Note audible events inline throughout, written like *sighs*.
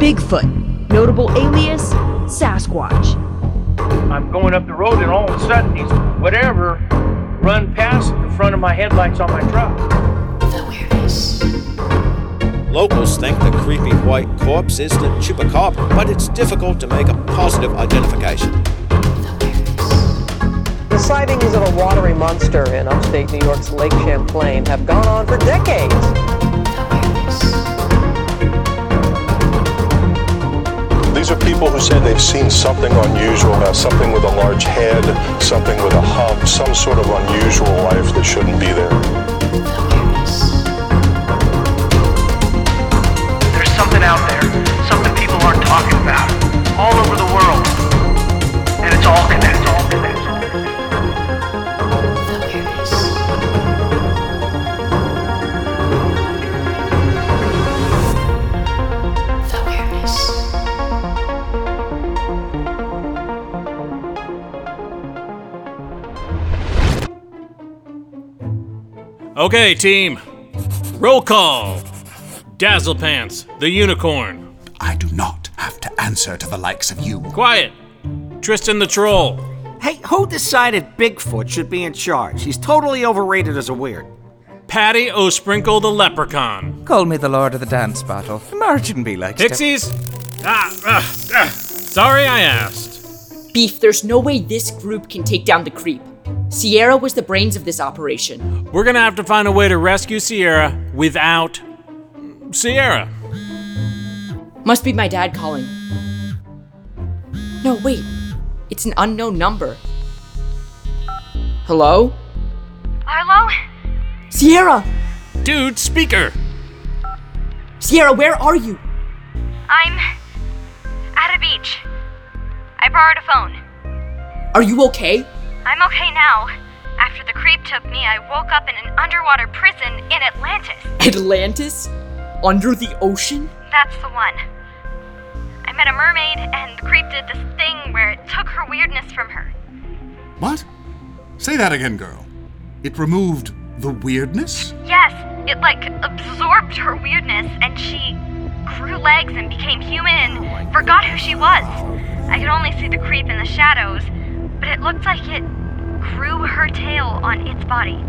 Bigfoot, notable alias Sasquatch. I'm going up the road, and all of a sudden, these whatever run past the front of my headlights on my truck. Locals think the creepy white corpse is the chupacabra, but it's difficult to make a positive identification. The sightings of a watery monster in upstate New York's Lake Champlain have gone on for decades. These are people who say they've seen something unusual, uh, something with a large head, something with a hump, some sort of unusual life that shouldn't be there. There's something out there, something people aren't talking about, all over the world, and it's all connected. It's all connected. Okay, team. Roll call. Dazzlepants, the unicorn. I do not have to answer to the likes of you. Quiet. Tristan the troll. Hey, who decided Bigfoot should be in charge? He's totally overrated as a weird. Patty O'Sprinkle the leprechaun. Call me the Lord of the Dance Battle. Margin be like Pixies? Ah, ah, ah. Sorry I asked. Beef, there's no way this group can take down the creep. Sierra was the brains of this operation. We're gonna have to find a way to rescue Sierra without. Sierra. Must be my dad calling. No, wait. It's an unknown number. Hello? Arlo? Sierra! Dude, speaker. Sierra, where are you? I'm at a beach. I borrowed a phone. Are you okay? I'm okay now. After the creep took me, I woke up in an underwater prison in Atlantis. Atlantis? Under the ocean? That's the one. I met a mermaid, and the creep did this thing where it took her weirdness from her. What? Say that again, girl. It removed the weirdness? Yes, it like absorbed her weirdness, and she grew legs and became human and forgot who she was. I could only see the creep in the shadows, but it looked like it grew her tail on its body.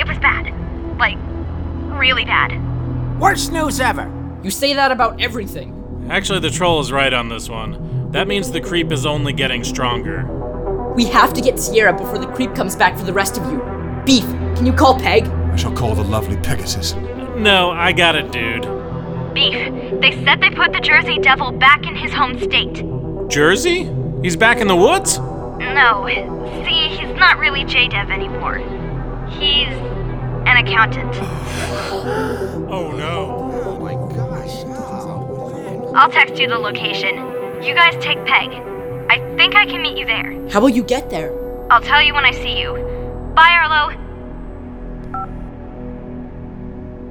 It was bad. Like, really bad. Worst news ever. You say that about everything. Actually, the troll is right on this one. That means the creep is only getting stronger. We have to get Sierra before the creep comes back for the rest of you. Beef, can you call Peg? I shall call the lovely Pegasus. No, I got it, dude. Beef, they said they put the Jersey Devil back in his home state. Jersey? He's back in the woods? No, see, he's not really JDev anymore. He's an accountant. Oh no. I'll text you the location. You guys take Peg. I think I can meet you there. How will you get there? I'll tell you when I see you. Bye, Arlo.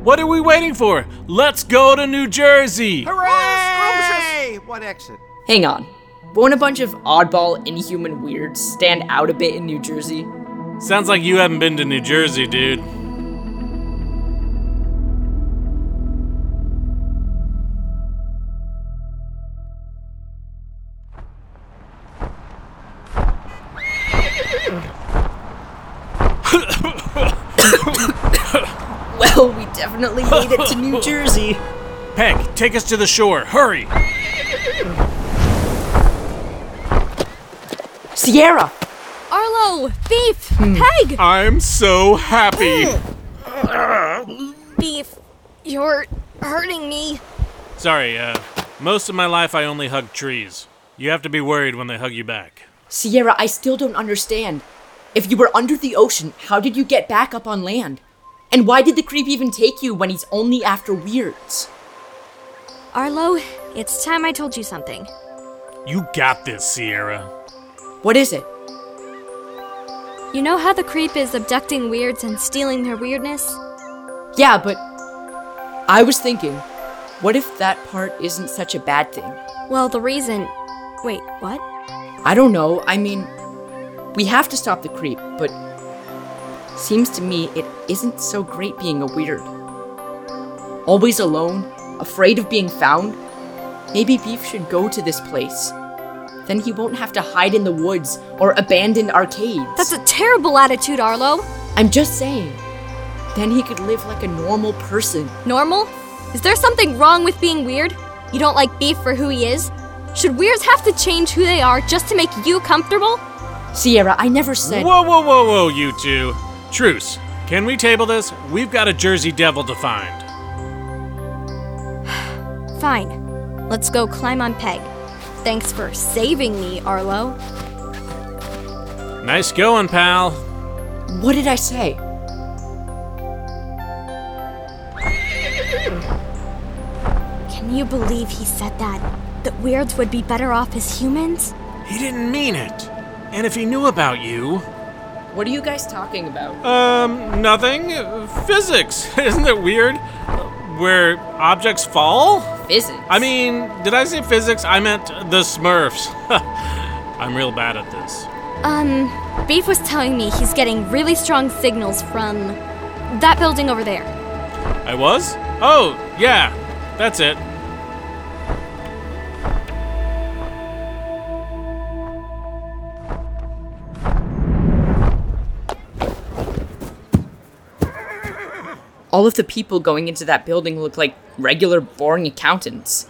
What are we waiting for? Let's go to New Jersey! Hooray! What exit? Hang on. Won't a bunch of oddball, inhuman weirds stand out a bit in New Jersey? Sounds like you haven't been to New Jersey, dude. *laughs* Well, we definitely made it to *laughs* New Jersey. Peg, take us to the shore. Hurry! Sierra! Arlo! Beef! Peg! I'm so happy! Beef, you're hurting me. Sorry, uh, most of my life I only hug trees. You have to be worried when they hug you back. Sierra, I still don't understand. If you were under the ocean, how did you get back up on land? And why did the creep even take you when he's only after weirds? Arlo, it's time I told you something. You got this, Sierra. What is it? You know how the creep is abducting weirds and stealing their weirdness? Yeah, but I was thinking, what if that part isn't such a bad thing? Well, the reason. Wait, what? I don't know. I mean, we have to stop the creep, but seems to me it isn't so great being a weird. Always alone, afraid of being found. Maybe Beef should go to this place. Then he won't have to hide in the woods or abandon arcades. That's a terrible attitude, Arlo. I'm just saying. Then he could live like a normal person. Normal? Is there something wrong with being weird? You don't like Beef for who he is? Should weirds have to change who they are just to make you comfortable? Sierra, I never said. Whoa, whoa, whoa, whoa, you two. Truce. Can we table this? We've got a Jersey Devil to find. Fine. Let's go climb on Peg. Thanks for saving me, Arlo. Nice going, pal. What did I say? Can you believe he said that? That weirds would be better off as humans? He didn't mean it. And if he knew about you. What are you guys talking about? Um, nothing. Physics. *laughs* Isn't it weird? Where objects fall? Physics? I mean, did I say physics? I meant the Smurfs. *laughs* I'm real bad at this. Um, Beef was telling me he's getting really strong signals from that building over there. I was? Oh, yeah. That's it. all of the people going into that building look like regular, boring accountants.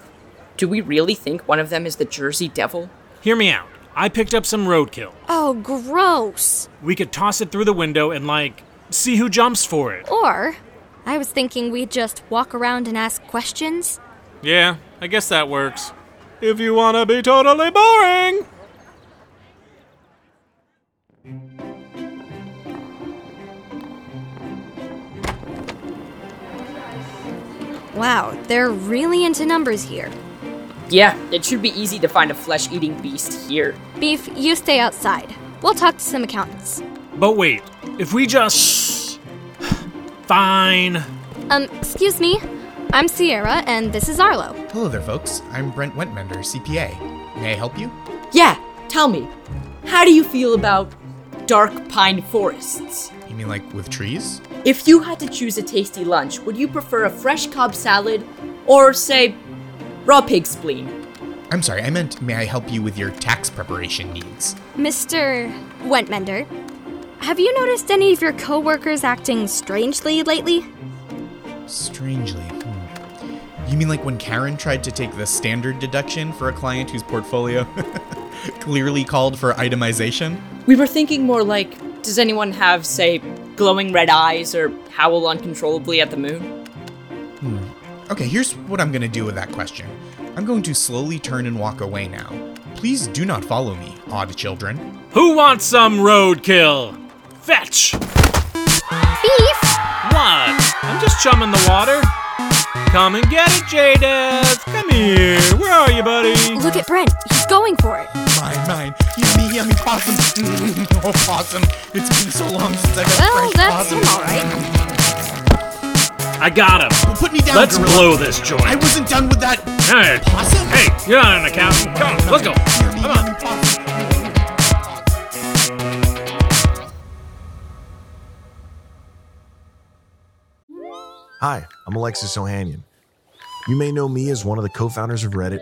Do we really think one of them is the Jersey Devil? Hear me out. I picked up some roadkill. Oh, gross. We could toss it through the window and, like, see who jumps for it. Or, I was thinking we'd just walk around and ask questions. Yeah, I guess that works. If you wanna be totally boring! Wow, they're really into numbers here. Yeah, it should be easy to find a flesh eating beast here. Beef, you stay outside. We'll talk to some accountants. But wait, if we just. *sighs* Fine. Um, excuse me. I'm Sierra, and this is Arlo. Hello there, folks. I'm Brent Wentmender, CPA. May I help you? Yeah, tell me. How do you feel about dark pine forests? You mean like with trees? If you had to choose a tasty lunch, would you prefer a fresh cob salad or, say, raw pig spleen? I'm sorry, I meant may I help you with your tax preparation needs? Mr. Wentmender, have you noticed any of your coworkers acting strangely lately? Strangely? Hmm. You mean like when Karen tried to take the standard deduction for a client whose portfolio *laughs* clearly called for itemization? We were thinking more like, does anyone have, say, glowing red eyes or howl uncontrollably at the moon? Hmm. Okay, here's what I'm gonna do with that question. I'm going to slowly turn and walk away now. Please do not follow me, odd children. Who wants some roadkill? Fetch! Beef! What? I'm just chumming the water. Come and get it, J-Dev! Come here! Where are you, buddy? Look at Brent. He's going for it. Mine, mine. Yummy, yummy possum. *laughs* oh, possum. It's been so long since I got well, fresh that's possum. him, all right. I got him. Well, put me down, Let's gorilla. blow this joint. I wasn't done with that Hey! possum. Hey, you're not an accountant. Come on, let's go. Come on. Hi, I'm Alexis Ohanian. You may know me as one of the co founders of Reddit,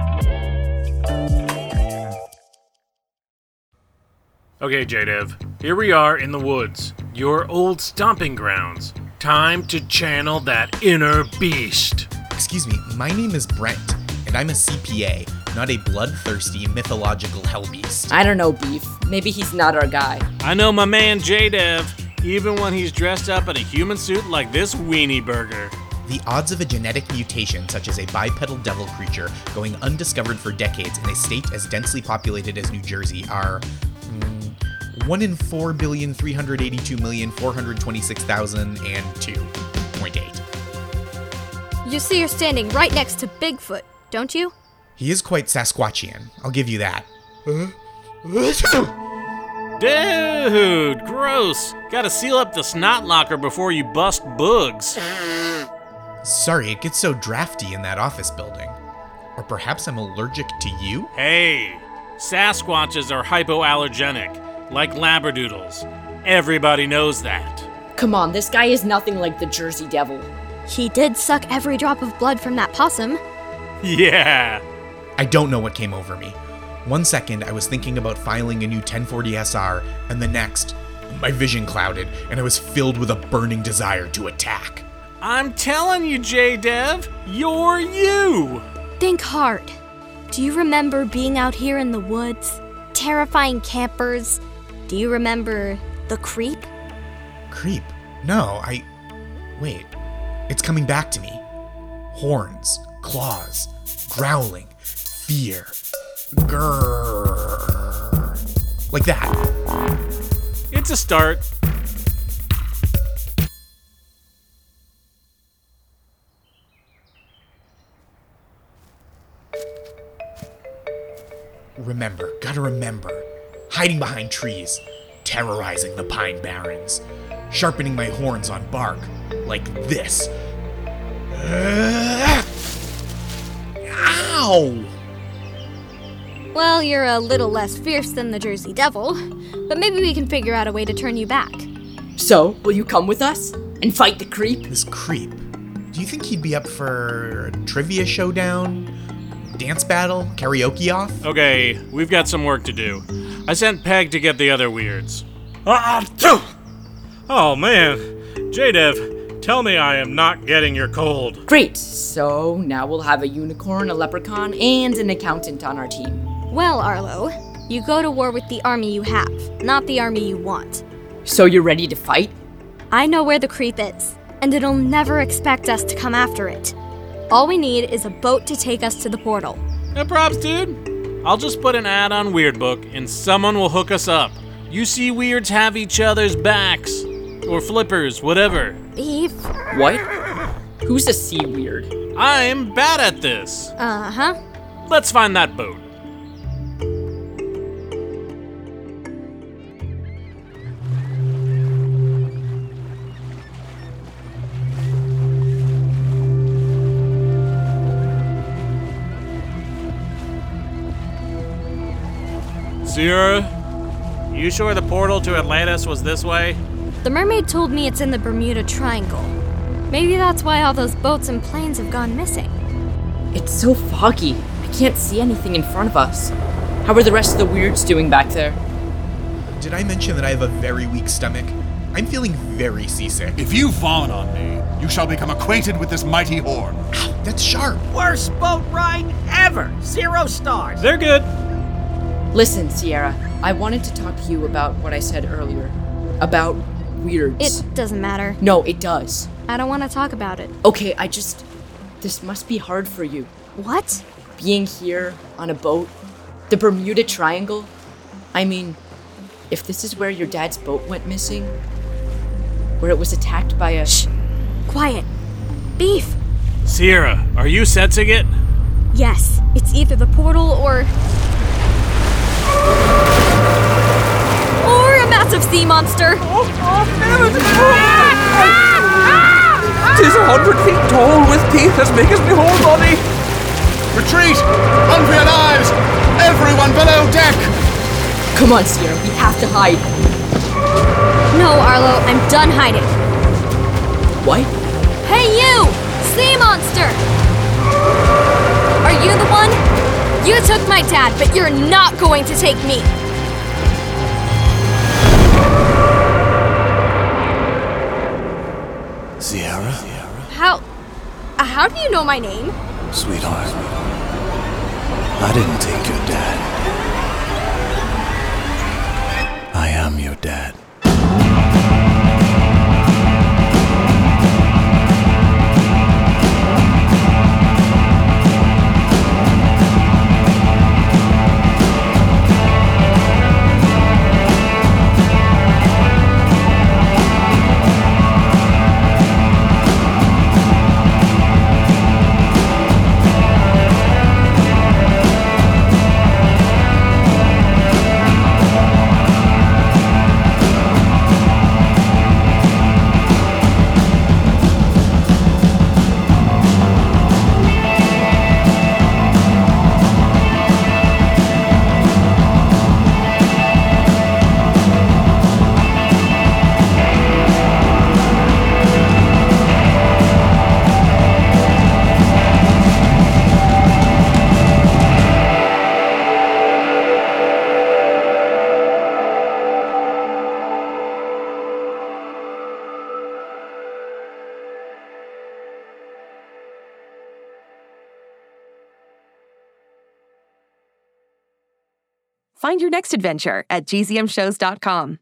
Okay, J-Dev. Here we are in the woods, your old stomping grounds. Time to channel that inner beast. Excuse me, my name is Brent, and I'm a CPA, not a bloodthirsty mythological hellbeast. I don't know, Beef. Maybe he's not our guy. I know my man J Dev, even when he's dressed up in a human suit like this weenie burger. The odds of a genetic mutation such as a bipedal devil creature going undiscovered for decades in a state as densely populated as New Jersey are mm, 1 in 4,382,426,002.8. You see, you're standing right next to Bigfoot, don't you? He is quite Sasquatchian, I'll give you that. Dude, gross. Gotta seal up the snot locker before you bust bugs. Sorry, it gets so drafty in that office building. Or perhaps I'm allergic to you? Hey, Sasquatches are hypoallergenic, like Labradoodles. Everybody knows that. Come on, this guy is nothing like the Jersey Devil. He did suck every drop of blood from that possum. Yeah. I don't know what came over me. One second, I was thinking about filing a new 1040 SR, and the next, my vision clouded, and I was filled with a burning desire to attack. I'm telling you, J Dev, you're you. Think hard. Do you remember being out here in the woods? Terrifying campers? Do you remember the creep? Creep? No, I. Wait. It's coming back to me. Horns, claws, growling, fear. Grrr. Like that. It's a start. Remember, gotta remember. Hiding behind trees, terrorizing the pine barrens, sharpening my horns on bark, like this. Ah! Ow! Well, you're a little less fierce than the Jersey Devil, but maybe we can figure out a way to turn you back. So, will you come with us and fight the creep? This creep? Do you think he'd be up for a trivia showdown? Dance battle? Karaoke off? Okay, we've got some work to do. I sent Peg to get the other weirds. Ah, phew! Oh man, J Dev, tell me I am not getting your cold. Great, so now we'll have a unicorn, a leprechaun, and an accountant on our team. Well, Arlo, you go to war with the army you have, not the army you want. So you're ready to fight? I know where the creep is, and it'll never expect us to come after it. All we need is a boat to take us to the portal. No props, dude. I'll just put an ad on Weird Book and someone will hook us up. You see, weirds have each other's backs. Or flippers, whatever. Beef. What? Who's a sea weird? I'm bad at this. Uh huh. Let's find that boat. Sierra, you sure the portal to Atlantis was this way? The mermaid told me it's in the Bermuda Triangle. Maybe that's why all those boats and planes have gone missing. It's so foggy. I can't see anything in front of us. How are the rest of the weirds doing back there? Did I mention that I have a very weak stomach? I'm feeling very seasick. If you fawn on me, you shall become acquainted with this mighty horn. Ow, that's sharp. Worst boat ride ever. Zero stars. They're good. Listen, Sierra, I wanted to talk to you about what I said earlier. About weirds. It doesn't matter. No, it does. I don't want to talk about it. Okay, I just. This must be hard for you. What? Being here on a boat, the Bermuda Triangle. I mean, if this is where your dad's boat went missing, where it was attacked by a. Shh! Quiet! Beef! Sierra, are you sensing it? Yes. It's either the portal or. Or a massive sea monster. Oh, oh, Tis a hundred feet tall with teeth as big as me whole body. Retreat! Run for your lives! Everyone below deck! Come on, Sierra, we have to hide. No, Arlo, I'm done hiding. What? Hey, you! Sea monster! Are you the one? You took my dad, but you're not going to take me! Sierra? How. How do you know my name? Sweetheart, I didn't take your dad. I am your dad. Find your next adventure at gzmshows.com.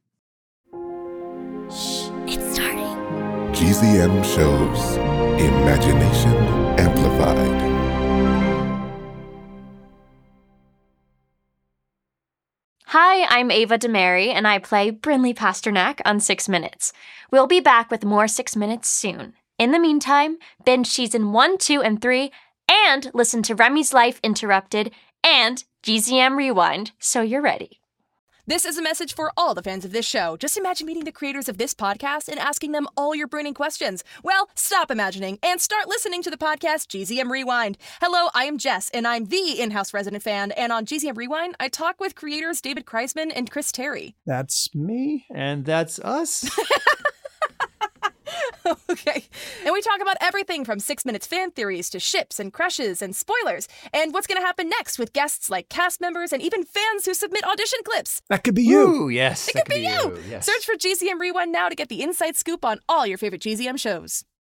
GZM shows Imagination Amplified. Hi, I'm Ava DeMary, and I play Brinley Pasternak on Six Minutes. We'll be back with more Six Minutes soon. In the meantime, binge season 1, 2, and 3, and listen to Remy's Life Interrupted and GZM Rewind so you're ready. This is a message for all the fans of this show. Just imagine meeting the creators of this podcast and asking them all your burning questions. Well, stop imagining and start listening to the podcast GZM Rewind. Hello, I am Jess, and I'm the in house resident fan. And on GZM Rewind, I talk with creators David Kreisman and Chris Terry. That's me, and that's *laughs* us. *laughs* And we talk about everything from six minutes fan theories to ships and crushes and spoilers, and what's going to happen next with guests like cast members and even fans who submit audition clips. That could be you. Ooh, yes, It could be you. Search for GZM Rewind now to get the inside scoop on all your favorite GZM shows.